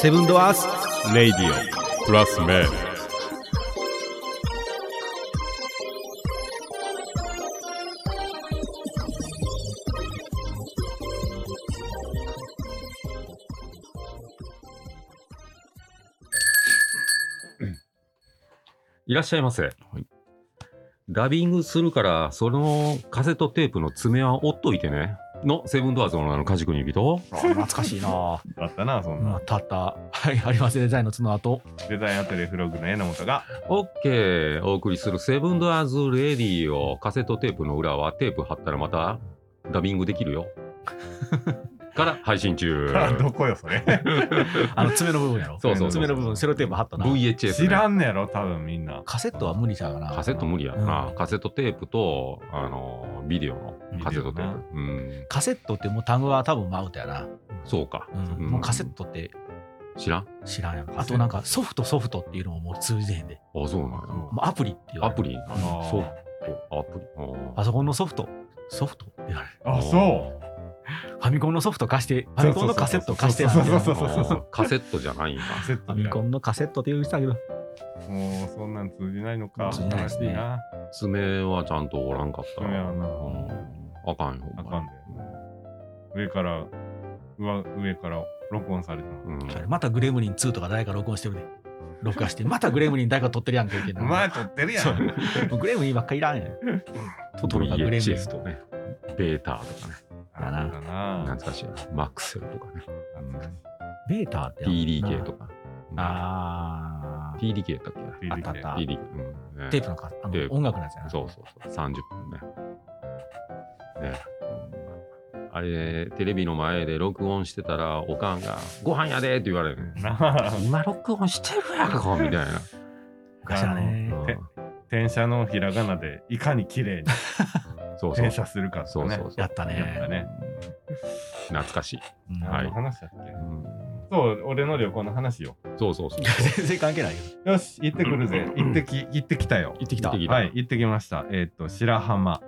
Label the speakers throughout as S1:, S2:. S1: セブンドアース
S2: Radio Plus Man.
S3: いらっしゃいませ。ダビングするから、そのカセットテープの爪は折っといてね。のセブンドアーズのあの梶君ゆきと。
S4: あ懐かしいな
S5: あったな、そん
S4: ま
S5: な
S4: あ。たったはいありますデザインの角後
S5: デザインアトリエフロッグの榎本が、
S3: オッケー。お送りするセブンドアーズレディをカセットテープの裏はテープ貼ったらまたダビングできるよ。 から配信 中。
S5: どこよ、それ。
S4: あの爪の部分やろ
S3: そうそうそう
S4: 爪の部分セロテープ貼ったな
S3: VHS、ね。
S5: 知らんねやろ、多分みんな。
S4: カセットは無理ちゃうかな
S3: カセット無理やろな、
S4: うん
S3: カセットテープと、あのビデオのカセットテープ。うん。
S4: カセットってもう単語は多分マウトやな、
S3: そうか。
S4: うん
S3: うん
S4: もうカセットって
S3: 知らん
S4: 知らんやんあとなんかソフトソフトっていうのももう通じてへんで
S3: あ、そうなんや。
S4: もうアプリっていう
S3: アプリ
S5: あのー
S3: そう。アプリ。あー
S4: パソコンのソフトソフトって言われる
S5: あ、そう。
S4: ファミコンのソフト貸してファミコンのカセット貸してなんて
S5: そうそうそうそう
S3: あーカセットじゃないんだ。
S5: カセッ
S4: ファ
S5: ト
S4: ミ
S5: で
S4: コンのカセットって言うてたけど
S5: もう、そんなん通じないのか。
S4: 通じない
S5: 悲
S4: です
S5: しい
S4: ね
S5: な。
S3: 爪はちゃんとおらんかった。
S5: 爪
S3: う
S5: はな
S3: んあかんよ。
S5: あかんで。上から、上上から録音されてます。
S3: うん。
S4: あれまたグレムリン2とか誰か録音してるで録画してまたグレムリン誰か撮ってるやんけってな
S5: お前撮ってるや。
S4: そうんもうグレムリンばっかいらんやんトトロがグレムリン
S3: VHS とね、ベータとかね、
S5: あ
S4: な
S5: だな。
S3: 懐かしいな。マクセルとかね、
S4: ベーターってやん
S3: PDK とか。
S4: あ
S3: うん
S4: ー
S3: PDK だっけ
S4: あったあ
S5: PDK
S4: った
S3: ?PDK。うんね
S4: テープのかあの
S3: テープ
S4: 音楽のやつやな
S3: そうそうそう、30分ね。ね、うんあれ、テレビの前で録音してたら、おかんが、ご飯やでって言われるね。
S5: なあ
S3: 今録音してるやんか、みたいな。
S4: 昔はね
S3: うん
S5: え転写のひらがなでいかに綺麗に
S3: そうそう
S5: 転。写するかってね。
S3: そうそうそう。
S4: やったね
S5: やったね。
S3: 懐かしい。
S4: うん
S3: はい
S5: 何の話だっけ
S3: うん
S5: そう、俺の旅行の話よ。
S3: そうそうそう。
S4: 全然関係ないよ
S5: よし、行ってくるぜ。行ってき、行ってきたよ。
S4: 行ってきた
S3: 行ってきた
S5: はい、行ってきました。えーっと、白浜。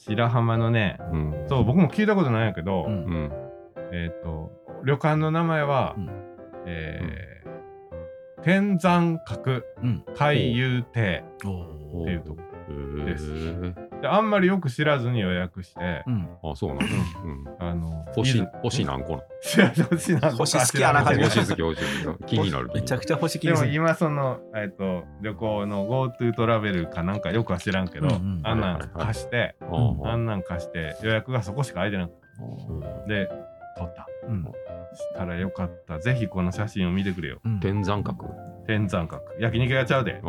S5: 白浜のね、
S3: うん。
S5: そう、僕も聞いたことないんやけど、
S4: うん
S3: うん。
S5: えーっと、旅館の名前は、
S4: うん
S5: えー天山閣
S4: うん
S5: 海遊亭っ
S4: おー
S5: ていうとこ。
S3: へー
S5: で、あんまりよく知らずに予約して、
S4: うん
S3: あ、そうなんだ。うん。
S5: あの、
S3: 星
S5: い、
S3: 星何個な
S5: 知らず 星なんか
S4: 星好きやな
S3: の
S4: 感じ
S3: 星好き、星 好き。気になる。
S4: めちゃくちゃ星気
S5: で
S4: に
S5: も
S4: する
S5: 今その、えっと旅行の GoTo トラベルかなんかよくは知らんけど、
S4: うんうん
S5: あんな
S3: はい
S5: ん
S3: はいはい
S5: 貸して、
S3: ゃ。うん
S5: あんなん貸して予約がそこしか空いてなくてで
S4: 撮った
S5: うんしたらよかったぜひこの写真を見てくれよ
S4: うん
S3: 天山閣。
S5: 天山閣焼肉屋ちゃうで
S3: うん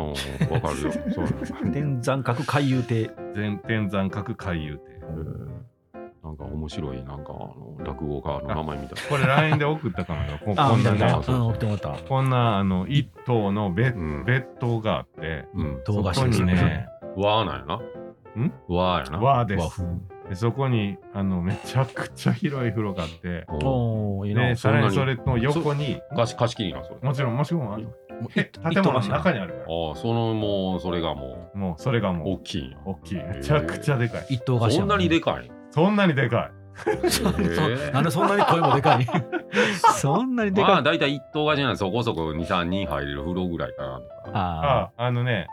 S3: わかる よ。そうなんだ
S4: 天山閣海遊亭
S5: 全天山閣海遊亭
S3: へーなんか面白い、なんかあの落語家の名前みたい
S5: これ LINE で送ったかもよ こ
S4: あ
S5: こ
S4: ー
S5: ん
S4: 見た
S5: な
S4: 見たう
S5: ね
S4: ん送ってもらった
S5: こんなあの一棟のベッ,、
S3: うん
S5: ベッドがあって
S3: な。うん。
S4: 動画
S5: そこにね
S3: 和なんやな。
S5: ん
S3: 和やな。
S5: 和で
S4: 和
S5: す
S4: 風
S5: でそこにあのめちゃくちゃ広い風呂があって
S3: お
S4: おおいいな
S5: でさらに
S3: そ
S5: そ
S3: んな
S5: れ
S3: に
S5: の横に
S3: 貸し貸し切りな、それ。
S5: もちろん、もしくもあの、
S4: もう
S5: え
S4: 一
S5: 建物の中にあるか
S3: ああ、そのもう、それがも
S5: ら。もう、それが
S3: う、大
S5: もう、
S3: きいんや。
S5: 大きい。めちゃくちゃでかい。
S4: 一棟貸し
S3: そ
S4: や
S3: ん
S4: も
S3: な
S4: ね
S3: にでかい。
S5: そんなにでか
S4: そうなんでそんなに声もで かいそんなにで
S3: ま
S4: か
S3: あ、
S4: い
S3: 大体一等がじゃない、そこそこ2、3人入れる風呂ぐらいかなとか。
S5: い。
S4: あ
S5: あ、あのね、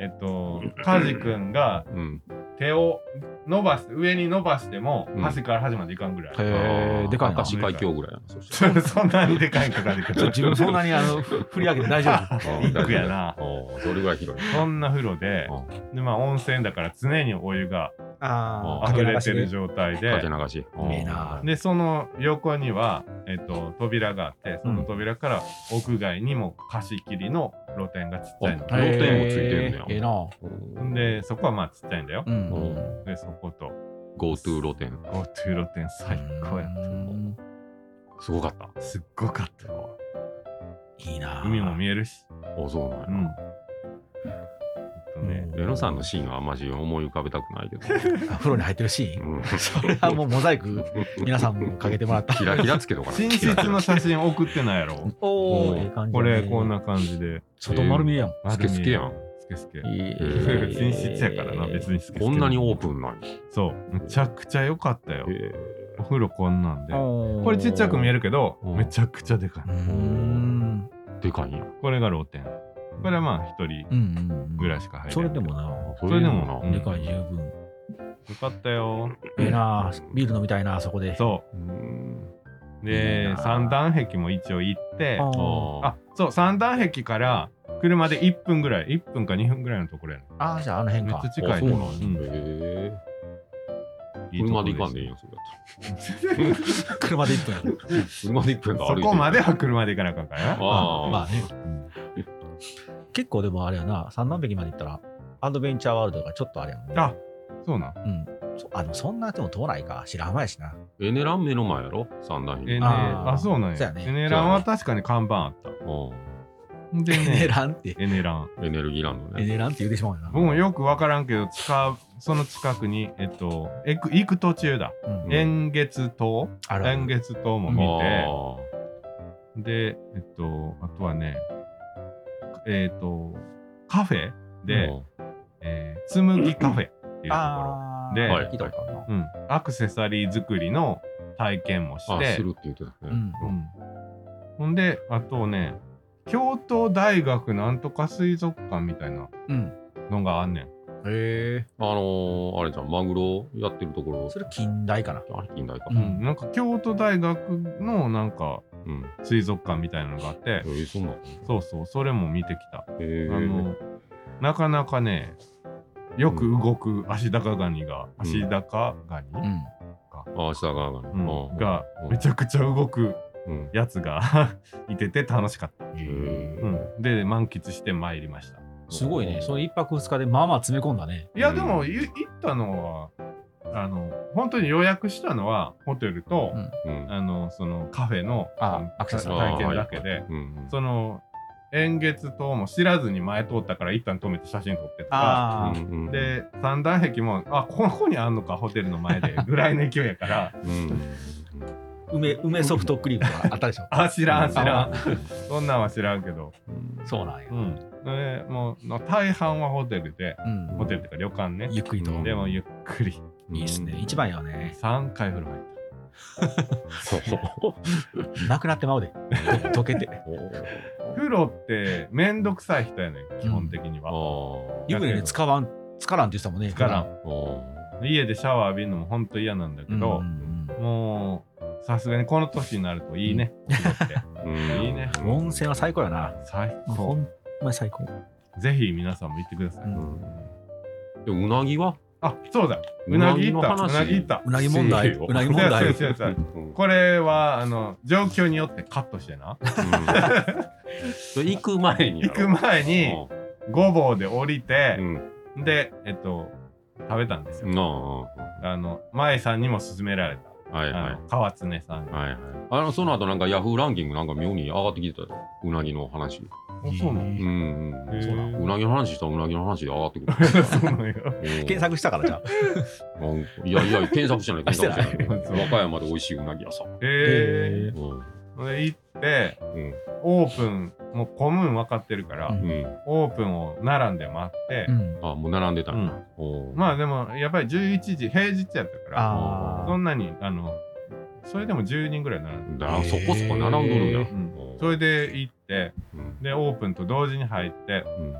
S5: えっと、カジ君が
S3: うん。
S5: 手を伸ばして、上に伸ばしても
S3: うん、
S5: 端から端までいかんぐらい。
S4: ーへえでかい
S3: 明
S4: な
S3: 石海峡ぐらいやな。そした
S5: それ そんなにでかいんかかるけ
S4: ちょ
S5: ど。
S4: 自分 そんなにあのふ振り上げて大丈夫
S3: ら
S5: ビッグやな。
S3: おそれぐらい広い。
S5: そんな風呂で
S3: あ、
S5: で、まあ、温泉だから常にお湯が
S4: あ
S3: ー
S5: 溢れてる状態
S3: か
S5: で
S3: け、流し。
S4: いいな
S5: で、その横には、えっと、扉があって、その扉から屋外にも貸し切りの露店がちっちゃいの。
S3: あ要点もついてんねや
S4: ええな
S3: うん
S5: で、そこはまあちっちゃいんだよ。
S4: うん
S3: う
S5: で、そこと、
S3: GoTo 露店。
S5: GoTo 露店最高やっ
S4: うん
S3: すごかった。
S5: た。すっごかったよ。
S4: いいな
S5: 海も見えるし。
S3: おそうな
S5: う
S3: や。
S5: んん。えっとね、
S3: レノさんのシーンはあんまし思い浮かべたくないけど。
S4: あ風呂に入ってるシ ーン
S3: うん
S4: それはもうモザイク皆さんもかけてもらった
S3: キラキラつけとかな。
S5: 寝室の写真送ってないやろ。
S4: お
S5: これ、こんな感じで。
S4: 外丸見えやん
S3: スケスケやん。
S5: スけ好き。
S4: えー
S5: 寝室やからな、別に好き。
S3: こんなに
S5: 多
S3: オープンなんや
S5: そう。むちゃくちゃ良かったよ。
S3: へ
S5: お風呂こんなんで。
S4: こ
S5: これちっちゃく見え
S4: る。
S5: るけど、
S3: うん
S5: めちゃくちゃでかい。
S4: うーん。
S3: ーでかいんや。
S5: これが露天。これはまあ一人
S4: うんうん。
S5: ぐらいしか入れない。
S4: それでもな、
S3: それでもな。
S5: それでもうん
S4: でかい十分。
S5: よかったよ。
S4: ええなあ、ビール飲みたいな、あそこで。
S5: そう
S3: ーん
S5: う。
S4: いい
S5: で
S4: な、
S5: 三段壁も一応行って、
S4: あー
S3: あ
S5: あそう、三段壁から車で1分ぐらい、1分か2分ぐらいのところやね
S4: あー、じゃああの
S5: ん
S4: 辺
S5: めっ
S4: か
S5: ちゃ。
S3: ー。
S5: 近
S3: あ
S5: い
S3: そう
S5: とこ
S3: なん
S5: ろ。
S3: や
S5: うん
S3: へー
S5: いいと
S3: 車
S5: こ
S3: で行かんでいい
S5: す
S3: よ、それやっ
S4: 車で一分やる。
S3: たら。車で行くんだ。歩
S5: そ
S3: いて
S5: こまでは車で行かなあかんからな。
S3: あー
S4: まあね。結構でもあれやな、三段壁まで行ったら、アドベンチャーワールドがちょっとあれやもんね。
S5: あ、そうなん。
S4: うん。そあ、でもそんなでも通らないか。白浜やしな。
S3: エネラン目の前やろ三段ヒ
S5: えーね
S3: ル。
S4: あー
S5: あ、そうなん
S4: そうや
S5: や。
S4: ね
S5: エネランは確かに看板あった。で
S4: エネ
S5: ね、
S4: ランって。
S5: エネラン。
S3: エネルギーランド
S4: エ
S3: ね。
S4: ネランって言うてしまうよな。
S5: 僕もよくわからんけど、使う、その近くに、えっと、行く行く途中だ。
S4: うん
S3: ん
S5: 円月島
S4: あるある
S5: 円月島も見て、で、えっと、あとはね、えっと、カフェで、えー、つむぎカフェっていうところ。
S4: あ
S5: で
S3: はい
S4: 聞いたことあるな
S5: うん。アクセサリー作りの体験も
S3: あ
S5: し
S3: ーあ、
S5: て
S3: す、るって言ってたね。
S4: うん
S5: うん。ほんで、あとね、京都大学なんとか水族館みたいな
S4: うん。
S5: のがあんねん。
S4: へえ。
S3: あのー、あれじゃん、マグロやってるところ、
S4: それ近代かな。
S3: あれ近代か。
S4: う
S5: うんん。なんか京都大学のなんか
S3: うん。
S5: 水族館みたいなのがあって
S3: え、ー、そんなん。
S5: そうそう、それも見てきた。
S3: え
S5: あの、なかなかね、よく動く足高ガニが、
S3: ん
S5: 足高ガニ、
S4: うん。
S3: ああ、下側がね。
S5: うん
S3: うん
S5: が
S3: うん
S5: めちゃくちゃ動く
S3: うん。
S5: やつが いてて楽しかった。
S3: え
S5: うん、で、満喫してまいりました。
S4: すごいね。その一泊二日でまあまあ詰め込んだね。
S5: いや、
S3: うん
S5: でも、い行ったのは、あの、本当に予約したのは、ホテルと、
S4: うん
S3: うん。
S5: あの、そのカフェの
S4: あ
S5: うん
S4: アクセサリー
S5: 体験だけで、
S3: うん。
S5: その、円月島も知らずに前通ったから、一旦止めて写真撮ってとか、
S4: ああ。
S3: うん、
S5: で、三段壁も、あ、ここにあんのか、ホテルの前で、ぐらいの勢い やから、。
S3: うん、
S4: 梅、梅ソフトクリームがあったでしょ
S5: あ、知らん、知ら
S4: あ
S5: ん。そんなんは知らんけど、
S3: うん。
S4: そうなんや
S5: う。ん。でもう、の大半はホテルで、
S4: うん
S5: ホテルとか旅館ね。
S4: ゆっくりと。
S3: うん
S5: でも、ゆっくり。
S3: うん
S4: いいっすね。。一番やよね。
S5: 3回風呂入った。
S3: そう。
S4: なくなってまうで。溶けて。
S5: 風呂ってめんどくさい人やねん基本的に
S3: あ
S5: は、
S3: ー
S4: 湯船に使わん、つからんって言ってたもんね。
S5: つから
S4: ん。
S5: ん
S3: あー。
S5: 家でシャワー浴びるのもほんと嫌なんだけ
S4: うん
S5: ど
S4: う、ん
S5: もうさすがにこの年になるといいね、風呂って
S3: うん
S5: いいね
S4: うん温泉は最高やな。
S5: 最
S4: ほ
S5: 高
S4: んま最高。
S5: ぜひ皆さんも行ってください、
S4: うん
S3: でうなぎは
S5: あそうだ
S3: う
S5: う
S3: な
S5: な
S3: ぎ
S5: ぎ行
S3: の
S5: った
S3: 話
S5: うなぎ行った
S4: うなぎ問
S3: せ
S4: 題。
S3: えよ
S4: うなぎ問 題。
S5: 違う違う違う違う
S3: うん
S5: これはあの状況によってカットしてな
S3: うん 行く前にや
S5: 行
S3: ろ
S5: く前にごぼうで降りて
S3: う、ん
S5: でえっと食べたんですよ、
S3: うんなあ
S5: あの舞さんにも勧められ
S3: はい
S5: た、
S3: は
S5: あ
S3: い
S5: の川常さんに、
S3: はいはいあのその後なんかヤフーランキングなんか妙に上がってきてたようなぎの話
S5: あそうなん
S3: うんうん
S5: へー
S3: そうなんうなぎの話したらうなぎの話で上がってく
S5: そうなんよ
S3: る
S4: 検索したからじゃあ。
S3: うんいやいや検索してない
S4: あして
S3: 検
S4: ない
S3: 索してない
S5: そう
S3: 和歌山で美味しいうなぎ屋さん
S5: え
S4: え
S3: うん
S5: ー、で行って
S3: うん
S5: オープンもう混むん分かってるから、
S4: うん
S3: うん
S5: オープンを並んで待って
S4: ーう、ん。
S3: あもう並んでたんだ
S5: う
S3: おー
S5: まあでもやっぱり11時平日やったから
S4: あ
S5: そんなにあのそれでも10人ぐらい並んで、
S3: だそこそこ並んどるんや
S4: へ
S5: う
S4: ー
S5: ん
S3: おー
S5: それで行って
S3: うん
S5: でオープンと同時に入って、
S3: うん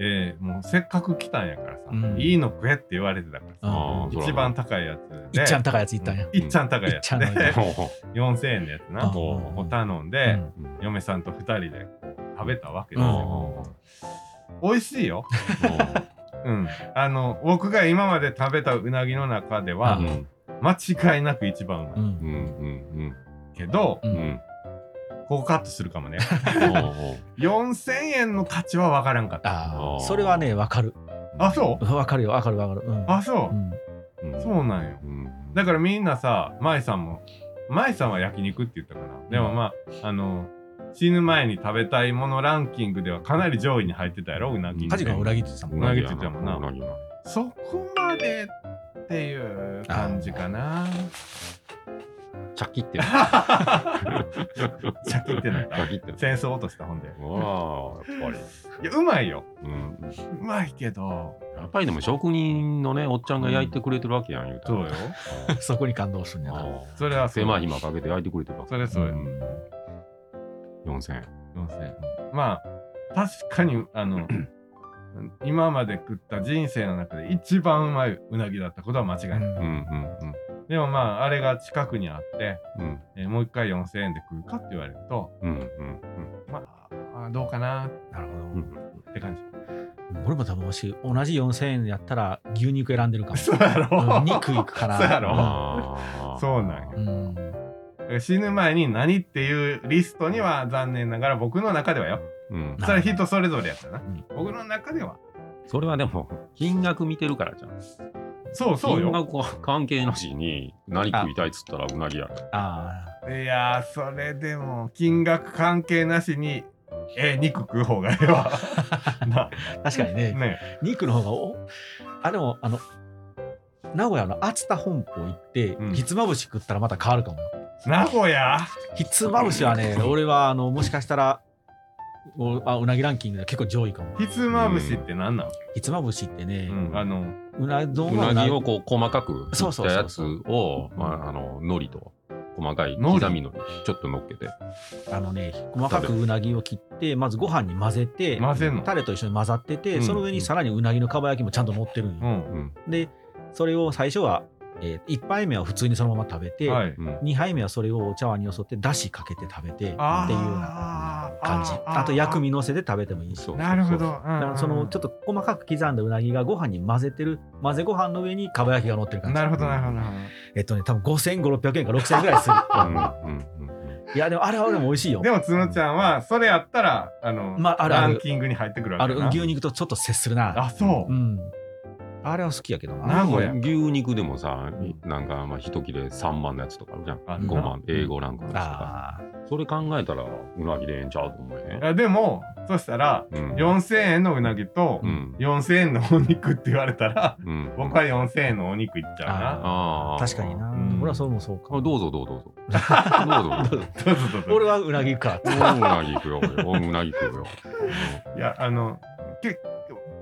S5: えーもうせっかく来たんやからさ、
S4: うん
S5: いいの食えって言われてたからさ、
S4: あ
S3: あーそう
S5: 一番高いやつ
S4: い
S5: で
S4: っちゃん高いやついったんや。
S5: いっちゃん高いや
S4: いっ
S5: つ
S4: ちゃんの
S5: で
S4: や
S5: 4000円のやつな
S4: あー
S5: を頼ん
S4: う
S5: で、
S4: ん
S3: うん
S5: 嫁さんと2人でこう食べたわけです
S3: あ
S5: よ、
S3: ー
S5: 美味しいようん、あの僕が今まで食べたうなぎの中では
S4: う
S3: うん
S5: 間違いなく一番う
S4: う。
S5: まい
S3: うんん
S5: けど、
S4: う。
S3: うんうんうんん
S5: ここカットするかもね
S3: おー
S5: 4000円の価値は分からんかった
S4: あ
S3: あー
S4: あ、それはね、わかる。
S5: あそう
S4: わかるよ、わかるわかる。うん。
S5: あそうう、
S4: ん
S3: うん
S5: そうなんよ
S3: うん
S5: だからみんなさ舞さんも舞さんは焼肉って言ったかなでもまああの死ぬ前に食べたいものランキングではかなり上位に入ってたやろうなぎ
S4: カジが裏切ってたもん
S5: うなぎって言ってたもんな
S3: うな ぎや
S5: そこまでっていう感じかな
S3: チャキってなっ。
S5: シャキってなったた
S3: チャキってなった。
S5: 戦争落とした本で
S3: わあ、やっぱり。
S5: いやうまいよ
S3: うん。
S5: うまいけど
S3: やっぱりでも職人のね、おっちゃんが焼いてくれてるわけやん、言うたら。
S5: そうよ
S4: そこに感動するんやな。
S3: ああ
S5: それはそう
S3: 狭い暇かけて焼いてくれてるわけ。
S5: それはそうよ
S3: ん4000円。
S5: 4000円まあ確かにあの 今まで食った人生の中で一番うまいうなぎだったことは間違いない、
S3: うんうん
S5: でもまああれが近くにあって、
S3: うん。
S5: えーもう一回4000円で食うかって言われると
S3: うんうんうんうん。
S5: まああどうかな
S4: なるほど。
S5: って感じ
S4: 俺も多分もし同じ4000円やったら牛肉選んでるかも。
S5: そうやろ
S4: うん肉いくから。
S5: そうやろ
S3: ああ。
S5: そうなんよ
S4: うん。
S5: 死ぬ前に何っていうリストには残念ながら僕の中ではよ
S3: うん。
S5: それは人それぞれやったな
S4: うん
S5: 僕の中では
S3: それはでも、金額見てるからじゃん。
S5: そうそう
S3: 金
S5: よ
S3: 額は関係なしに、何食いたいっつったらうなぎやろ。
S4: あ
S5: いやーそれでも金額関係なしにええ肉食う方がええ わな
S4: あ。確かにね、
S5: ね
S4: 肉の方がお、あ、でも、あの、名古屋の熱田本舗行って、
S5: うん
S4: ひつまぶし食ったらまた変わるかもよ。
S5: 名古屋
S4: ひつまぶしはね、俺は、あの、もしかしたら、おあうなぎランキングでは結構上位かも。
S5: ひつまぶしって何なの、
S4: ひつまぶしってね、
S5: うんあの
S4: うな丼
S3: う
S4: は
S3: なぎをこう細かく切
S4: そう
S3: っ
S4: そう
S3: た
S4: そ
S3: や
S4: う
S3: つ
S4: そう
S3: を、まあ、あの、海苔と細かい
S5: 海苔
S3: 刻み海苔、ちょっと乗っけて。
S4: あのね、細かくうなぎを切って、まずご飯に混ぜて、
S5: 混ぜんの
S4: タレと一緒に混ざってて、
S3: うん
S4: その上にさらにうなぎのかば焼きもちゃんと乗ってるん
S5: う
S4: よ、
S5: ん
S3: うん。
S4: で、それを最初は、え1杯目は普通にそのまま食べて、
S5: はい
S3: うん。
S4: 2杯目はそれをお茶碗によそって、だしかけて食べてっていうよう
S5: あー
S4: な感じ。
S5: あー
S4: あと薬味乗せて食べてもいいし。
S3: そう
S5: なるほ
S3: そ
S5: ど
S3: う
S5: うん
S4: だからそのちょっと細かく刻んだうなぎがご飯に混ぜてる混ぜご飯の上にかば焼きが乗ってる感じ
S5: なるほどなるほどなるほ
S4: えっとね多分5500600円か6000円ぐらいする
S3: そううんうんうんうん。
S4: いやでもあれは俺も美味しいよ
S5: どでもつのちゃんはそれやったらあの、
S4: まああるあ
S5: ラ
S4: る
S5: ンキングに入ってくるわ
S4: あ
S5: け
S4: る
S5: やな
S4: 牛肉とちょっと接するな。
S5: あそう、
S4: うん。あれは好きやけどな。
S5: 名古屋
S3: 牛肉でもさ、なんかまあ一切れ3万のやつとかあるじゃん。
S5: あ
S3: 5万、A5 ランクのやつとか。
S4: あ
S3: それ考えたら、うなぎでええんちゃうと思うね
S5: い。やでもそしたら
S3: うん
S5: 4000円のうなぎと
S3: うん。
S5: 4000円のお肉って言われたら
S3: うん。
S5: 僕は4000円のお肉いっちゃ
S3: あ
S4: あ
S3: あ。
S4: 確かにな。
S5: うん
S4: 俺はそれもそうか。
S3: あ。どうぞどうぞどうぞ。ど うぞ。
S5: うなどうぞどうぞ
S4: 俺はうなぎか。
S3: おうなぎ行くよ。おうなぎ行くよ。
S5: いやあのけ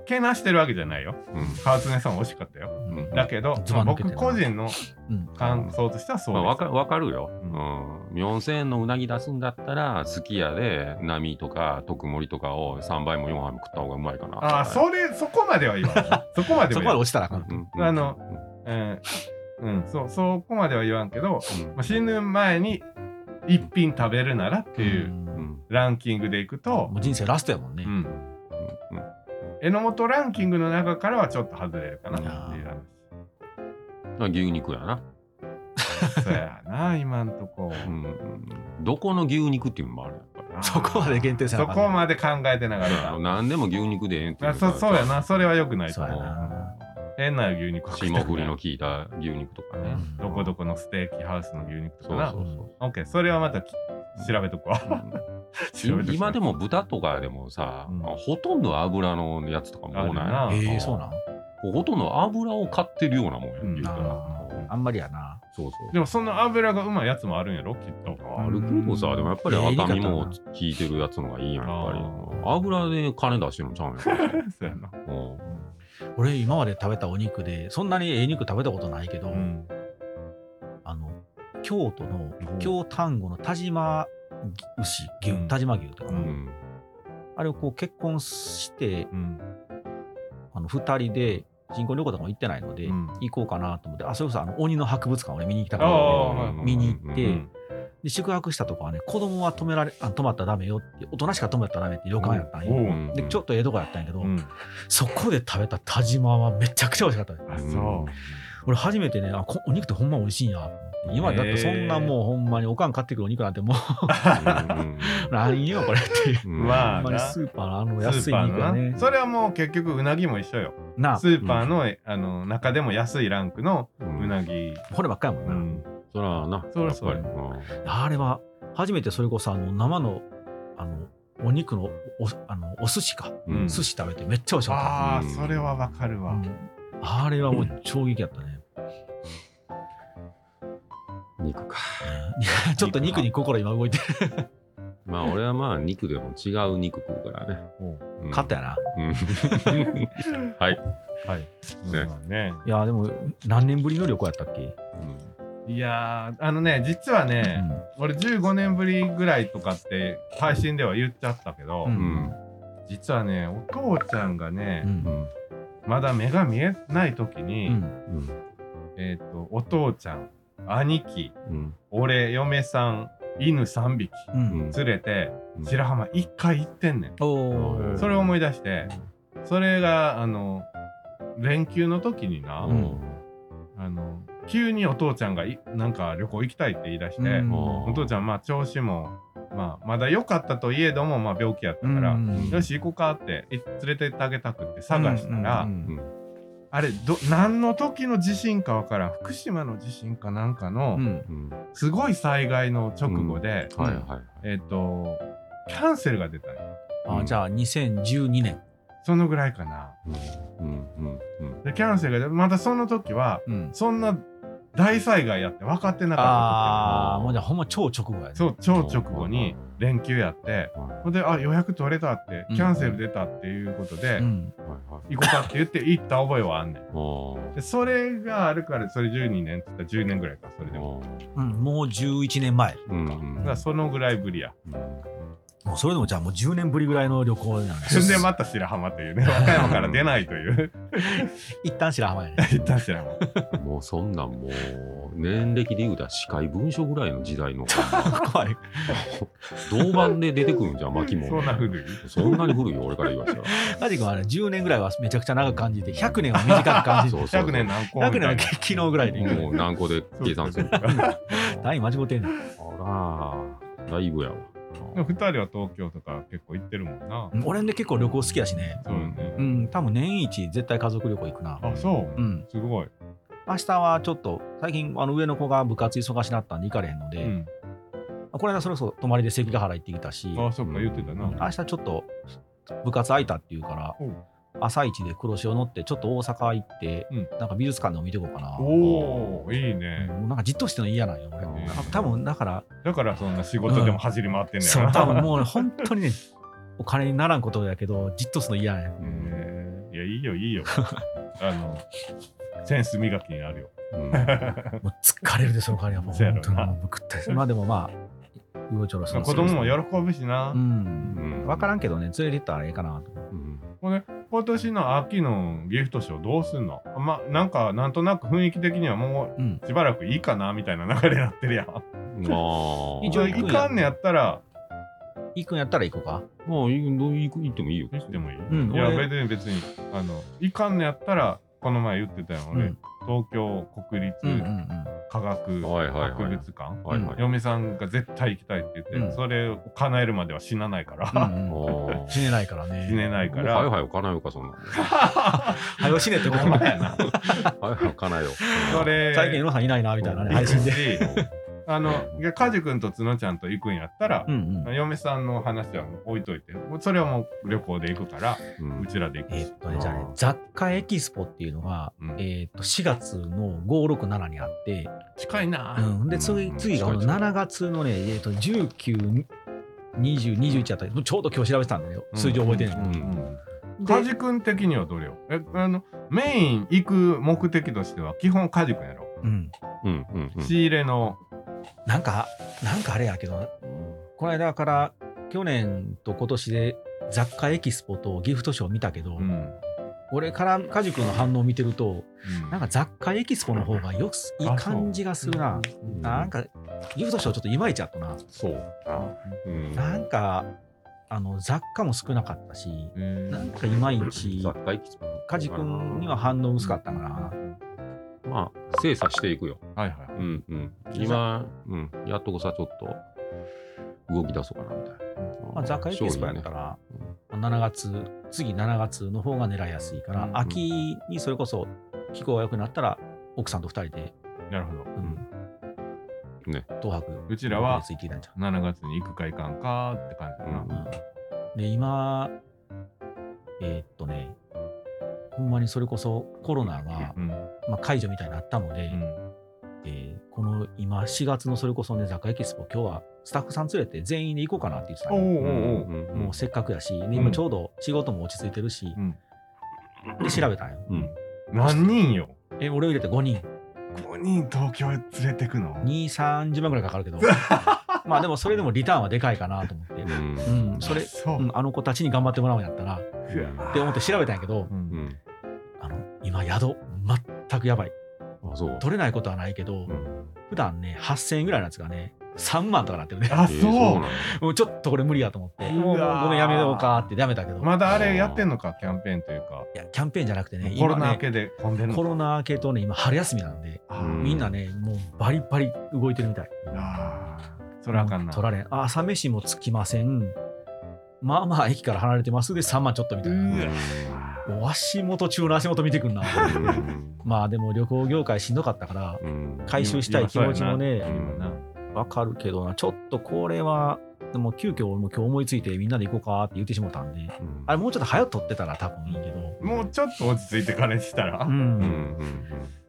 S5: けなしてるわけじゃないよ
S3: うん
S5: 川常さん美味しかったよ
S3: うん。うん
S5: だけど、
S4: ず
S5: ま
S4: ば
S5: あ
S4: 抜けて
S5: 僕
S4: るな
S5: 個人の
S4: うん。
S5: 感想としてはそう
S3: まあ、
S5: です、
S3: わかわかるよ、
S5: う
S3: うんん4000円のうなぎ出すんだったらすき家で波とか特盛りとかを3倍も4杯も食った方がうまいかな
S5: ああそれそこまでは言わないそこまで
S4: そ
S5: は言
S4: こま
S5: わ
S4: で
S5: ない
S4: 落ちたらあかん。
S3: うん
S5: あのうん、うん、そうそこまでは言わんけど、まあ、死ぬ前に一品食べるならっていううん
S3: うんうん
S5: ランキングでいくと
S4: も、う人生ラストやもんね
S5: う。ん、榎本ランキングの中からはちょっと外れるかなっていう話
S3: うんうん牛肉やな、
S5: そうやな今んとこ、
S3: うんうんどこの牛肉っていうのもあるやんやっぱ
S5: あー
S4: そこまで限定せな
S5: そ
S4: あか
S5: こ
S4: ん
S5: まで考えてなかっ
S3: りあの何でも牛肉でええってい
S5: た。あ
S3: う
S5: そそうや
S3: な
S5: な、それは良くないと
S4: そうや
S5: 思う。
S4: な。
S5: 変な牛肉食い
S3: 霜
S5: たく
S3: 降
S5: な
S3: り
S5: い
S3: の効いた牛肉とかね、
S4: うん
S5: どこどこのステーキハウスの牛肉とかな
S3: そう。
S5: オッケー、それはまたき調べと くわ。 調べとくわ
S3: 今でも豚とかでもさ、
S5: うん
S3: ほとんど油のやつとかもう
S5: あ
S3: な
S5: る
S3: い
S5: な
S4: ええ、そうなん
S3: ほとんど油を買ってるようなもんや、
S5: うん
S3: 言うたら
S4: あんまりやな。
S3: そうそう
S5: でもその油がうまいやつもあるんやろ、きっと。
S3: あるけどさ、でもやっぱり赤身も効いてるやつのがいいやん、やっぱり
S5: あ。
S3: 油で金出してるのちゃうんや
S5: そうやな。
S3: うん
S4: 俺今まで食べたお肉で、そんなにええ肉食べたことないけ
S5: う、
S4: ど
S5: ん。
S4: あの、京都の
S5: うん、
S4: 京丹後の田島牛、牛、田島牛とか
S5: う
S3: う
S4: な、
S3: ん。
S4: あれをこう結婚して、
S5: うん。
S4: あの2人で新婚旅行とかも行ってないので、
S5: うん
S4: 行こうかなと思ってあそれこそあの鬼の博物館俺見に行きたか
S5: あ
S4: っ
S5: あ
S4: た見に行って、
S3: うん
S4: で宿泊したとこはね子供は止められあ泊まったらダメよって大人しか泊まったらダメって旅館やったんよ、
S5: おう
S3: うん
S4: でちょっとええとこやったんやけど、
S5: うん。
S4: そこで食べた田島はめちゃくちゃ美味しかったね
S5: あ、そう。
S4: 俺初めてねあこお肉ってほんま美味しいんやと思って今だってそんなもうほんまにおかん買ってくるお肉なんてもう何よこれっていう。
S3: うん
S5: ま
S4: ほ
S5: あ
S4: ん まにスーパーのあの安
S5: スー
S4: い
S5: パー
S4: 肉
S5: の
S4: はね
S5: な。それはもう結局、うなぎも一緒よ。
S4: なあ
S5: スーパーのあの中でも安いランクの
S3: うん
S5: うなぎ。
S4: こればっかりやも
S5: う
S4: んな、
S5: ん。
S3: そらな、
S5: そらそうや
S3: やっぱ
S4: あれは初めてそれこそあの生のあのお肉のおあのお寿司か、
S3: りうん
S5: うん
S4: 寿司食べてめっちゃ美味しか
S5: ああ、
S3: うん
S5: それはわかる
S4: った、
S5: わ。
S4: うんあれはもう衝撃やったね、
S3: うん肉か。
S4: ちょっと肉に心今動いてる。
S3: まあ俺はまあ肉でも違う肉食うからね。うん
S4: 勝ったやな。
S3: うんはい。
S5: はい。そうだね。
S4: いや、でも何年ぶりの旅行やったっけ、
S5: いやー、あのね、実はね、俺15年ぶりぐらいとかって配信では言っちゃったけど、
S4: うん
S3: うん。
S5: 実はねお父ちゃんがね、
S4: うん
S3: う。ん。
S5: まだ目が見えない時に、
S4: うん
S5: えっ、とお父ちゃん兄貴
S3: うん。
S5: 俺嫁さん犬3匹
S4: う
S3: うんん。
S5: 連れて
S3: うん
S5: 白浜1回行ってんねん、
S4: お
S3: うん
S4: お。
S5: それを思い出してそれがあの連休の時にな、
S4: うん
S5: あの急にお父ちゃんがいなんか旅行行きたいって言い出して、
S4: うん
S5: お父ちゃんまあ調子も、まあ、まだ良かったといえども、まあ、病気やったから、
S4: うん
S5: よし行こうかってい連れてってあげたくって探したら、
S4: うん
S5: あれど何の時の地震かわからん福島の地震かなんかの、
S4: うん
S3: うん。は
S5: すごい災害の直後で、
S3: いはい。
S5: えっ、とキャンセルが出たの
S4: あじゃあ2012年。
S5: そのぐらいかな
S3: うんうんうん。
S5: でキャンセルが出たまたその時は
S4: うん、
S5: そんな大災害やって分かってなか
S4: ああ、もうじゃあほんま超直後やね。
S5: った時そう超直後に連休やってほんであ予約取れたって
S4: うん
S5: キャンセル出たっていうことで、
S4: うん。
S3: はいはい。
S5: 行こうかって言って行った覚えはあんねん
S3: お
S5: でそれがあるからそれ12年って言ったら10年ぐらいかそれでも
S3: お。
S4: うん、もう11年前。
S3: うんう
S5: だ
S3: ん
S5: からそのぐらいぶりや
S4: もうそれでもじゃあもう10年ぶりぐらいの旅行なんで
S5: それ
S4: す。
S5: でまた白浜という ね、和歌山から出ないという、
S4: 一旦白浜やね。
S5: 一旦白浜。
S3: もうそんなんもう年歴で言うたら司会文書ぐらいの時代の
S4: 怖い。
S3: 銅板で出てくるんじゃん巻
S5: そ
S3: 物
S5: んな古い。
S3: そんなに古いよ俺から言わしたら
S4: カジ君はね、10年ぐらいはめちゃくちゃ長く感じて、100年は短く感じて
S3: そ、うそう
S5: 100年何個みた
S4: 100
S5: い
S4: 年
S5: な
S4: は昨日ぐらいで。
S3: もう何個で計算する
S5: そうそうそう
S4: 何間違ってんの
S3: あらだいぶやわ
S5: でも二人は東京とか結構行ってるもんな。
S4: 俺ね、結構旅行好きやしね。
S5: そうよね
S4: う。ん、多分年一絶対家族旅行行くな。
S5: あ、そう。
S4: うん。
S5: すごい。
S4: 明日はちょっと、最近あの上の子が部活忙しなったんで行かれへんの
S5: う
S4: で、
S5: ん。
S4: これ間それこそ泊まりで関ヶ原行ってきたし、
S5: あ、そっか、言ってたな。
S4: 明日ちょっと部活空いたっていうから
S5: おう、
S4: 朝一で黒潮乗って、ちょっと大阪行って、
S5: うん
S4: なんか美術館でも見てこうかな。
S5: おお、いいね。
S4: もうなんかじっとしてるの嫌なんよ、俺。
S5: うん
S4: 多分だから、
S5: だからそんな仕事でも走り回ってんね
S4: そ
S5: や
S4: う、
S5: な。
S4: 多分 もう本当にね、お金にならんことやけど、じっとするの嫌なんや。
S5: へーいや、いいよ、いいよ。 あの、センス磨きになるよ。
S3: うん
S4: もう疲れるで、その代わりはもう。
S5: そうやろ
S4: 本
S5: な
S4: 当にもう僕って。まあでもまあ、うろちょろする
S5: 子供も喜ぶしな
S4: う。ん。
S3: うん
S4: 分からんけどね、連れてったらええかなと。
S3: うん
S5: これ今年の秋のギフトショーどうすんのまあなんかなんとなく雰囲気的にはも
S4: うん。
S5: うしばらくいいかなみたいな流れになってるや ん。
S3: まあ
S4: 以
S5: 一
S4: 上
S5: 応
S4: 行
S5: い
S4: く
S5: かんねやったら
S4: 行くんやったら行こうか。
S3: まあいいどうい行ってもいいよ
S5: 行ってもいい、
S4: うん
S5: いや
S4: 俺
S5: 別に別にあのいかんねやったらこの前言ってたよ俺、
S4: うん
S5: 東京国立
S4: うんうんうん。
S5: 科学
S3: はいはいはい
S5: 博物館、
S3: はいはい
S5: 嫁さんが絶対行きたいって言って、
S4: うん
S5: それを叶えるまでは死なないか
S4: う
S5: ら、
S4: んうん
S3: ああ
S4: 死ねないからね。
S5: 死ねないか
S3: もうはよ
S5: ら
S3: はよかなよかそんなん
S4: はよ死ねってこと
S5: ほんまやな
S3: はよはよかなよ
S5: それ
S4: 最近、いろさんいないな、みたいなね、
S5: 行
S4: 配
S5: く
S4: 信で。
S5: しあのいや梶君と角ちゃんと行くんやったら、
S4: うんうん。
S5: 嫁さんの話は置いといてもうそれはもう旅行で行くから
S3: うん
S5: うちらで行く
S4: え
S5: し
S4: っとね、じゃあね
S3: あ、ー
S4: 雑貨エキスポっていうのが、
S5: うん
S4: えっと、4月の5、6、7にあって、
S5: 近いな
S4: うん、で、
S3: う
S4: 次、
S3: ん
S4: 次がこの
S3: 近い近い
S4: 7月のね、えっと、19、20、21あたり、ちょうど今日調べてたんだよ。数字覚えてん
S5: う
S4: の
S5: ん
S3: うん
S5: カジ君的にはどれよえあのメイン行く目的としては基本カジ君やろ、
S4: うん。
S3: うんうんうん
S5: 仕入れの
S4: なんか、なんかあれやけど、この間から、去年と今年で雑貨エキスポとギフトショー見たけど、
S5: うん、
S4: 俺からカジ君の反応を見てると、なんか
S5: か
S4: 雑貨エキスポの方がよすいい
S5: あそう
S4: 感じがするな。なんか、ギフトショーちょっといまいちやったな。
S3: そううん
S4: なんか、あの、雑貨も少なかったし、
S5: えー
S4: なんかいまいち、
S3: 雑貨行きつも
S4: カジ君には反応薄かったかな。
S3: まあ精査していくよ
S5: はいは
S3: う
S5: い、
S3: んうん今うんやっとこさちょっと動き出そうかなみたいな
S4: まあ、雑貨エキスポやったら、7月、次7月の方が狙いやすいから、
S5: うんうん
S4: 秋にそれこそ気候が良くなったら、奥さんと2人で、
S5: なるほど
S4: うん
S3: ね
S4: 東博、
S5: うちらは
S4: ついていたんじゃん。
S5: 7月に行くか行かんかって感じかな、
S4: で、今、えーっとね、ほんまにそれこそコロナが、
S5: うん
S4: まあ、解除みたいになったので、
S5: うん
S4: えーこの僕、今、4月のそれこそね、雑貨エキスポ、今日はスタッフさん連れて全員で行こうかなって言ってた
S5: お
S4: の
S5: うおう
S4: よ
S5: おう
S3: うん
S4: もうせっかくやし、ね、
S5: う
S4: 今
S5: ん
S4: ちょうど仕事も落ち着いてるし、
S5: うん
S4: で調べたんよ。
S3: うん
S5: 何人よ
S4: え、俺を入れて5人、
S5: 5人東京へ連れてくの
S4: 2、30万ぐらいかか るけど、まあでもそれでもリターンはでかいかなと思って、
S3: うん
S4: うん、それ、
S5: そう、
S4: うんあの子たちに頑張ってもらうんやったらっ
S5: うわ
S4: て思って調べたんやけど
S5: う、
S3: うんん
S4: あの今、宿、全くやばい。
S3: あそう
S4: 取れないことはないけど
S3: う、ん
S4: 普段ね、8000円ぐらいのやつがね、3万とかなってるね。
S5: あ
S3: えー
S5: そう,、
S3: なんだ
S4: もうちょっとこれ無理やと思って、
S5: うわー
S4: もうごめんやめようかってやめたけど、
S5: まだあれやってんのかキャンペーンというか、
S4: いやキャンペーンじゃなくてね、
S5: コロナ明
S4: ね
S5: けで混んでんの
S4: コロナ明けとね、今春休みなんで、
S5: あ
S3: うん
S4: みんなね、もうバリバリ動いてるみたい。
S5: あーそれはあかんな
S4: 取られん。朝飯もつきません。まあまあ駅から離れてますで3万ちょっとみたいな。もう足元中の足元見てく んな。
S3: うん
S4: まあでも旅行業界しんどかったから、
S3: うん
S4: 回収したい気持ちもね、
S5: 今な
S4: わかるけどな、ちょっとこれは、でも急遽俺も今日思いついてみんなで行こうかって言ってしもたんで、
S3: うん
S4: あれもうちょっと早取ってたら多分いいけど。
S5: もうちょっと落ち着いてからしたら
S4: う、
S3: うん
S4: ん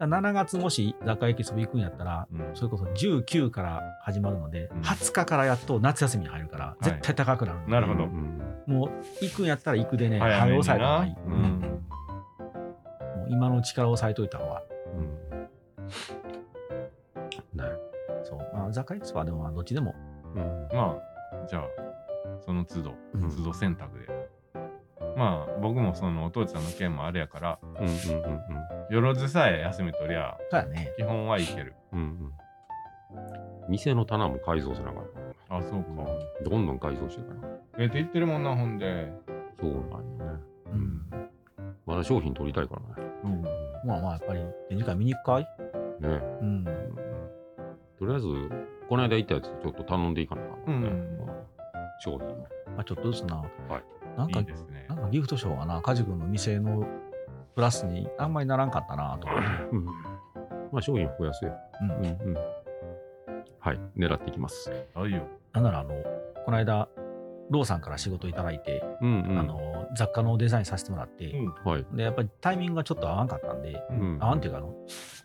S3: うん
S4: 7月もし雑貨エキスポ行くんやったら、
S5: うん
S4: それこそ19から始まるので、
S5: うん
S4: 20日からやっと夏休みに入るから、
S5: い
S4: 絶対高くなるので、
S5: なるほど、
S3: うん
S4: もう行くんやったら行くでね、
S5: 早めに
S4: 押さえた方がいい。
S5: な
S4: う
S5: うんん
S4: もう今のうちから押さえといた方が、
S3: うんない
S4: そう、まあ、雑貨エキスポはでもまあどっちでも、
S3: うん
S5: まあじゃあその都度
S4: うん
S5: 都度選択で、まあ僕もそのお父ちゃんの件もあれやから
S3: うんうんうん
S5: よろずさえ休み取りゃ
S4: そうやね、
S5: 基本はいける
S3: うんうん店の棚も改造せなあかっ
S5: あそう
S3: た
S5: か
S3: などんどん改造してるから
S5: 増えていってるもんなほんで、
S3: そうなんやね
S4: うん、
S3: まだ商品取りたいから
S5: うん、
S4: まあまあやっぱり展示会見に行くかい、
S3: ねね
S4: うん、
S3: とりあえずこの間行ったやつちょっと頼んでいかなあかんな
S5: うん
S3: 商品を
S4: まあ、ちょっとずつな、なんか
S5: いいですね
S4: なんかギフトショーがな、カジ君の店のプラスにあんまりならんかったなと思って、
S3: うんまあ商品増やせよ
S4: うん
S3: うんうんはい狙っていきます
S5: あいいよ
S4: なんならあの、この間、ローさんから仕事いただいて、
S3: うんうん
S4: あの雑貨のデザインさせてもらって、
S5: うん
S3: はい
S4: でやっぱりタイミングがちょっと合わんかったんで、
S3: うん
S4: 合わんっていうかあの、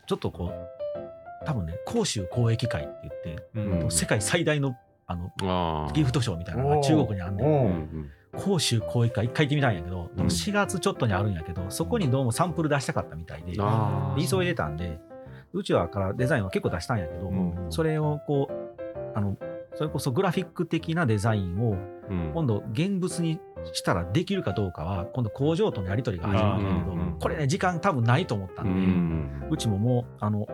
S4: ちょっとこう、多分ね、広州交易会って言って、
S5: うん
S4: 世界最大のあの
S3: ああ
S4: ギフトショーみたいなのが中国にあるんで、
S5: お
S3: う
S5: ー
S3: んうん
S4: 広州交易会、一回行ってみたんやけど、多
S3: う
S4: 分
S3: ん
S4: 4月ちょっとにあるんやけど、そこにどうもサンプル出したかったみたいで、で
S3: あー
S4: 急いでたんで、うちはからデザインは結構出したんやけど、
S5: うん
S4: それをこう、あのそれこそグラフィック的なデザインを
S3: うん
S4: 今度現物にしたらできるかどうかは今度工場とのやり取りが始まるんだけど、
S3: うんうんうん
S4: これね時間多分ないと思ったん
S3: う
S4: で、うんちももうあの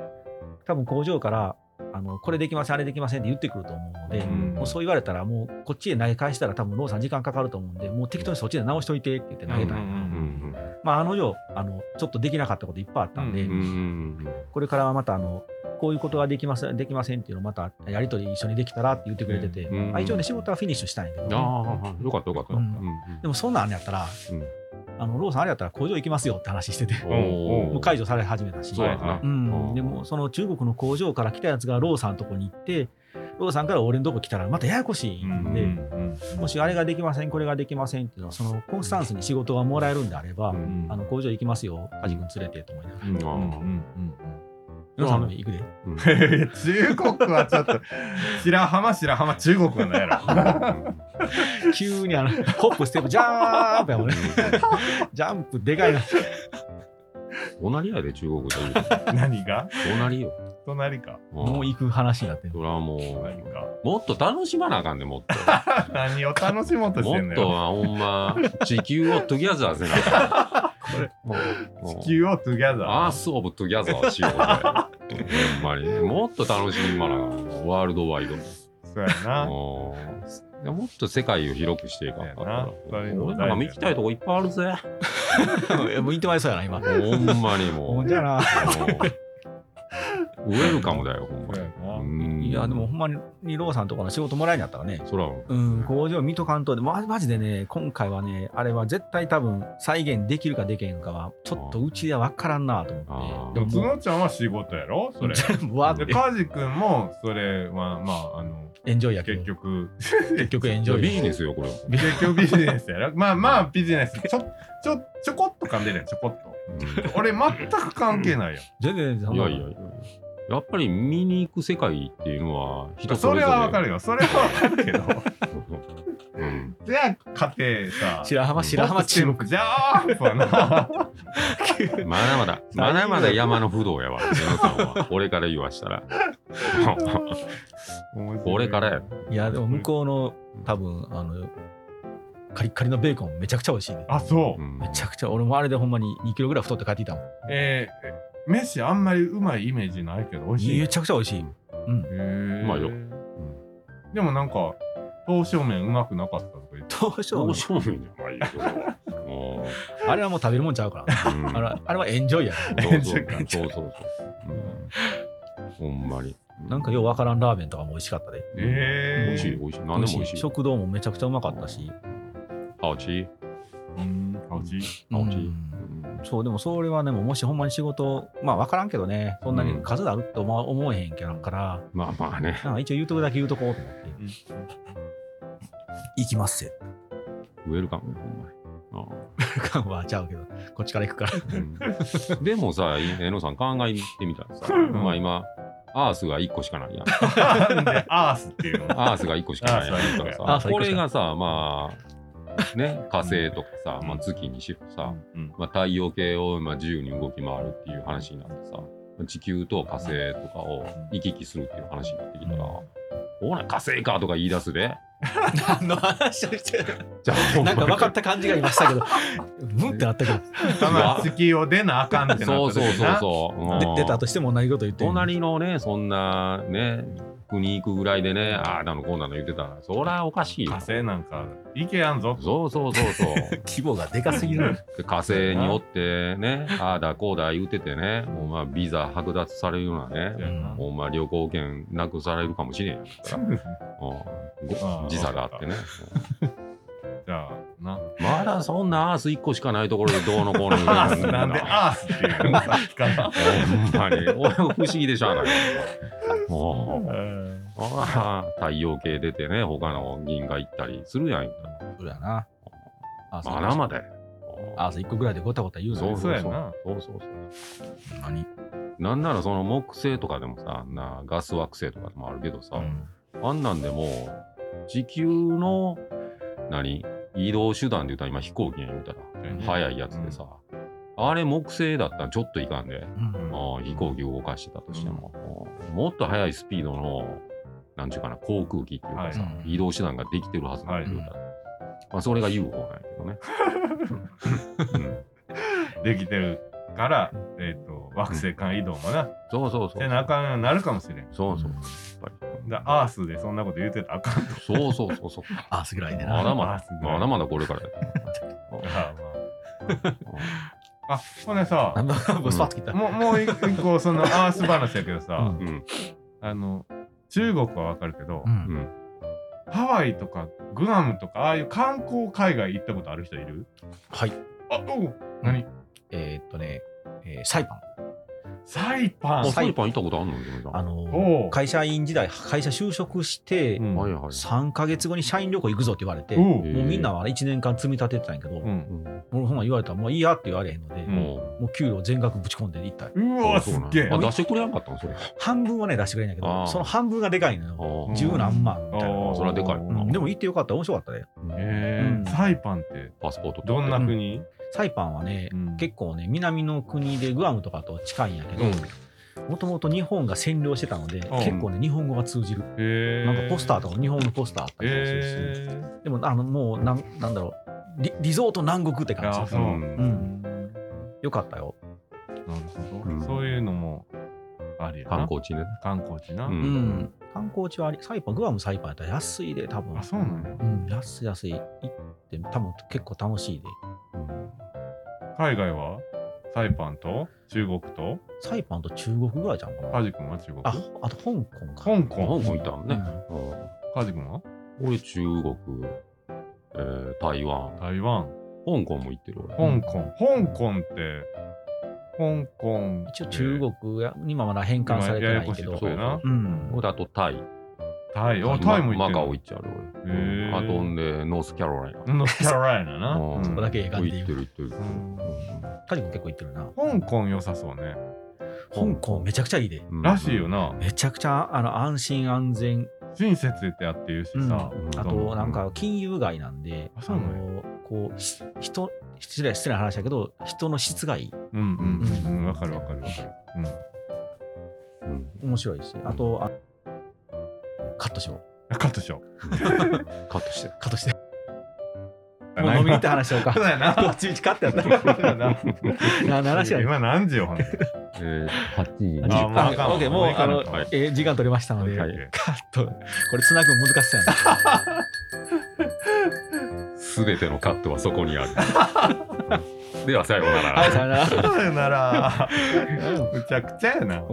S4: 多分工場からあのこれできませんあれできませんって言ってくると思うので、
S3: ん
S4: もうそう言われたらもうこっちへ投げ返したら多分ローさん時間かかると思うんでもう適当にそっちで直しといてって言って投げたい、
S3: うんう
S5: うん
S3: ん
S4: まああの定あのちょっとできなかったこといっぱいあったんで、
S5: うん
S3: うんうん
S4: これからはまたあのこういうことができますできませんっていうのをまたやり取り一緒にできたらって言ってくれてて、
S3: うんうん
S4: あ一応ね仕事はフィニッシュしたんやけどね、
S3: ああよかったよかった
S4: うん
S3: うん
S4: でもそんなんあんのやったら
S3: うん
S4: あのローさんあれやったら工場行きますよって話してて、
S3: おー
S5: うん
S4: もう解除され始めたし、、
S3: そうやな
S5: はいう
S3: うんん
S4: でもその中国の工場から来たやつがローさんのとこに行って、ローさんから俺のとこ来たらまたややこしいんで、
S5: うん
S4: もしあれができません、これができませんっていうのは、そのコンスタンスに仕事がもらえるんであれば、
S3: うん
S4: あの工場行きますよ、カジ君連れてと思いながら、
S3: うんあ
S5: うんうん
S3: ー
S5: うん
S4: ローさんも行くで、
S3: うん
S5: うん中国はちょっと白浜白浜中国はないやろ
S4: 急にあのホップ、ステップ、ジャンプやもんね、ジャンプでかいな、
S3: 隣やで中国で言うと
S5: 何が
S3: 隣よ
S5: 隣か
S4: もう
S3: い
S4: 行く話になってる。
S3: それはも
S5: 何
S3: う
S5: か
S3: もっと楽しまなあかんねもっと
S5: 何を楽しもうとして
S3: も
S5: んの
S3: っと
S5: よ。
S3: はほんま地球をトゥギャザーせなあかんもうもう
S5: 地球をトゥギャザー。
S3: アースオブトゥギャザーしようぜほんまにもっと楽しまなあかんワールドワイド
S5: そうやな。
S3: もうもっと世界を広くしていかんかったら
S5: そうやな
S3: 俺なんか行きたいとこいっぱいあるぜ
S4: もう 行ってまいりそうやな、今。
S3: ほんまにも
S4: ほ
S3: うん
S4: じゃな。
S3: うんウェルカムだよ、ほんま
S5: そうやな
S3: に。
S4: いや、でもほんまにローさんとこの仕事もらいになったらね、
S3: そら、
S4: うん、工場見とかんとで、ま、マジでね、今回はね、あれは絶対多分再現できるかできへんかは、ちょっとうちでは分からんなと思
S3: あ
S4: っ
S3: ー
S4: て。
S5: でも、
S4: もう、
S5: 角ちゃんは仕事やろそれ。
S4: 全部わーっ
S5: で、
S4: て
S5: カジ君も、それは、まあ、あの、
S4: エンジョイやけど
S5: 結、局、
S4: 結局エン
S3: い
S4: ジ
S3: や
S4: ョイ。
S3: ビジネスよ、これは。
S5: 結局ビジネスやろまあまあ、ビジネス。ちょ、ちょ、ちょこっと噛んでるやん、ちょこっと。俺、全く関係ないやん。
S4: 全然、そん
S3: い
S4: な
S3: やいやいや。やっぱり見に行く世界っていうのは人そ
S5: そ
S3: れ
S5: れ
S3: ぞれ
S5: はわかるよ。それはわかるけど。
S3: うん
S5: じゃあ、家庭さ。
S4: 白浜、白浜
S5: チ
S4: チ
S5: ー
S4: ー
S5: ム。じゃあ、そうやな。
S3: まだま だ、まだまだ山の不動やわ、皆さんは。俺から言わした ら。俺からや。
S4: いや、でも向こうの、多分あの、カリッカリのベーコン、めちゃくちゃ美味しいね。
S5: あ、そうう。
S3: ん
S4: めちゃくちゃ、俺もあれでほんまに2キロぐらい太って帰ってきたもん。
S5: えー、メッシあんまりうまいイメージないけど、美味しい。
S4: めちゃくちゃ美味しい。うん。
S5: う
S3: まいよ
S5: でもなんか、刀削麺うまくなかったとか言って。
S4: どうしよう
S3: 面
S4: も
S3: 白いじゃないよそれは。も
S4: あれはもう食べるもんちゃうから。
S3: ううん
S4: あれあれはエンジョイや。
S3: そうそうそうそうそう。うんほんまに。
S4: なんかようわからんラーメンとかも美味しかったで。
S5: えー、
S3: 美味しい、美味しい。何でも美味しい。
S4: 食堂もめちゃくちゃうまかったし。
S3: あちい。
S5: うん、美味しい。
S3: あ美味しい
S4: うんそうでもそれはねもうもしほんまに仕事まあ分からんけどねそんなに数があると思わ思えへんけどから、
S3: まあまあね。
S4: なんか一応言うとこだけ言うとこうと思って行きますせ
S3: ウェルカム、ほんまに。あ
S4: 感はちゃうけどこっちから行 くから
S3: ーうんでもさ、えのさん考えてみたらさ、
S5: ん
S3: まあ今、アースが1個しかないやん。
S5: なんで、アースっていうの
S3: アースが1個しかないやんだ
S5: ア
S3: から
S4: ース
S3: さ、こ
S4: は一個しかない
S3: れがさ、まあ、ね、火星とかさ、まあ、月にしろさ、
S5: うん
S3: まあ、太陽系をまあ自由に動き回るっていう話になってさ、地球と火星とかを行き来するっていう話になってきたら、ほら、火星かとか言い出すで。
S4: 何の話をしてる
S3: じゃあ
S4: なんか分かった感じがいましたけどブンってなったけど
S5: たまに月を出なあかんってなった
S3: そうそうそうそう。うん
S4: で出たとしても同じこと言ってる
S3: 隣のね、そんなね、国行くぐらいでね、ああなのこうなの言ってたら、そりゃおかしいよ
S5: 火。星なんか、いけやんぞ。
S3: そうそうそう そう。
S4: 規模がでかす ぎる
S3: で火星におってね、ああだこうだ言うててね、もうまあビザ剥奪されるような
S5: そう
S3: ね、
S5: やな
S4: うん
S3: もうまあ旅行券なくされるかもしれんやんから。うん
S5: あ
S3: ご
S5: ー
S3: 時差があってね。
S5: じゃあ、な。
S3: まだそんなアース1個しかないところでどうのこうの言うて
S5: アー
S3: ん
S5: ス、
S3: の
S5: なんでアースっていうのさっ きから
S3: ほんまに。俺も不思議でしゃあ ない。もう
S5: うん
S3: ああ、太陽系出てね、他の銀河行ったりするやん。言うたら
S4: そうだなあ
S3: まだまだや。
S4: あ1個ぐらいでごたごた言う
S3: そ
S4: の
S3: う
S4: ね
S3: そう
S5: そうやな
S3: そうそうそう。
S4: 何
S3: なんならその木星とかでもさ、なガス惑星とかでもあるけどさ、あんなんでも地球の何移動手段で言うたら今飛行機や言うたら、速いやつでさ、あれ木星だったらちょっといかんで、
S4: うん
S3: ああ飛行機動かしてたとしても、ああもっと速いスピードのなんちゅうかな航空機っていうかさ、
S4: はい
S3: 移動手段ができてるはずなんだよ、
S4: はい
S3: まあ、それが UFO なんやけど ね、うん
S5: できてるから、えっと、惑星間移動もな、
S3: そうそうそ
S5: せ
S3: う
S5: なあかんようになるかもしれん。
S3: そうそう
S5: だアースでそんなこと言うてたらあかんと
S3: そうそうそう そう
S4: アースぐらいで
S3: ま
S4: な
S3: だまだまだまだこれからや
S5: か、まあ、あほんでさ
S4: あんまぶスパッと切った
S5: もうもう一個そのアース話やけどさ、
S4: うん
S3: うん
S5: あの中国はわかるけど、
S4: うん
S3: うん
S5: ハワイとかグアムとかああいう観光海外行ったことある人いる
S4: はい
S5: あおう何
S4: えーっとね、えーサイパン。
S5: サイパ
S3: あ
S5: ン
S4: サ
S3: サ
S4: イ
S3: イパン行ったことあるのジェミさん
S4: あの
S5: おう
S4: 会社員時代、会社就職して
S5: う、ん
S3: はいはい
S4: 3か月後に社員旅行行くぞって言われて、
S5: お
S4: も
S5: う
S3: え
S4: うみんなは1年間積み立ててたんやけど、
S5: う
S4: も
S5: ん
S4: うほんま言われたら、もういいやって言われへんので、
S5: うん
S3: も
S4: もう給料全額ぶち込んでいったよ。
S5: う
S3: う
S5: わ
S3: あそ
S5: す
S3: うなん
S5: っげえ
S3: やあ出してくれなかったのそれ
S4: 半分はね、出してくれんやけ
S3: あ
S4: ど、
S3: ー
S4: その半分がでかいのよ。
S3: ああ
S4: 十何万みたいな。
S5: おう
S3: それはでかいな
S4: うんでも行ってよかった、面白かったね。
S5: へえ
S4: うん
S5: サイパンって
S3: パスポート取って
S5: どんな国、
S4: サイパンはね、
S5: うん
S4: 結構ね、南の国でグアムとかと近いんやけど、もともと日本が占領してたので、
S5: うん
S4: 結構ね、日本語が通じる。
S5: へえ
S4: なんかポスターと
S5: か
S4: か、日本のポスターあったりとかするし。
S5: へえ
S4: でもあのもうなんなんだろうリリゾート南国って感
S5: あ
S4: じ
S5: そう、
S3: うん
S4: うんよかったよ、
S5: なるほど、
S3: うん
S5: そういうのもあるやな
S3: 観光地ね
S5: 観光地な、
S3: うん
S4: うん、観光地はありサイパングアムサイパンやったら安いで多分
S5: あそうなんや
S4: うん安い安い行って多分結構楽しいで
S5: 海外はサイパンと中国と
S4: サイパンと中国ぐらいじゃんかな
S5: カジ君は中国
S4: あ
S5: 香
S4: あと香港か
S3: 香港
S5: 港
S3: 行ったのね
S5: カジ君は
S3: うん俺中国えー台湾
S5: 台湾
S3: 香港も行ってる俺
S5: 香港、香港って香港
S4: 一応中国や今まだ返還されてな
S5: 今やや
S4: いけ
S5: やこしいと
S4: ど
S5: こやな
S4: うん
S3: 俺あとタイ
S5: タイあ
S3: ま
S5: タイも行っ
S3: マ
S5: て
S3: カオ行
S5: る
S3: っちゃう
S5: へー
S3: 俺あとんでノースキャロライ
S5: ノースカロライナな、
S3: ナ
S5: うん
S4: こだけええ感
S3: 行
S4: じ
S3: って
S4: で言う
S3: る行ってる
S5: うん
S4: タジも結構行ってるな
S5: 香港良さそうね
S4: 香香港めちゃくちゃいいで。
S3: うん
S5: らしいよな。
S4: めちゃくちゃあの安心安全、
S5: 親切ってあってるしさ
S3: うん。
S4: あとなんか金融街なんで、
S5: あ
S4: あ
S5: そうなんや
S4: のこうし人失礼失礼な話だけど人の質がいい
S5: うんうんうんうん、わかるわかるわかる。うん
S3: うん
S4: 面白いし、あとあカットしよう
S5: あカットしよ
S3: カットして。
S4: カットして。
S5: う。
S4: もう飲みに行った話しよう か
S5: そう。だよ な。
S4: どっちみちカットやった。
S5: そう だよな
S4: なな話やね。
S5: 今何時よ、ほんで
S3: えー、8時
S4: あ
S5: あもうあかんわ
S4: オッケーもう
S5: もういかんわ
S4: あのえー時間取れましたので、
S3: はい
S4: カット。これ繋ぐの難しそうやな。
S3: すべてのカットはそこにある。では、さようなら。
S4: はい、さよなら。
S5: さよなら。むちゃくちゃやな。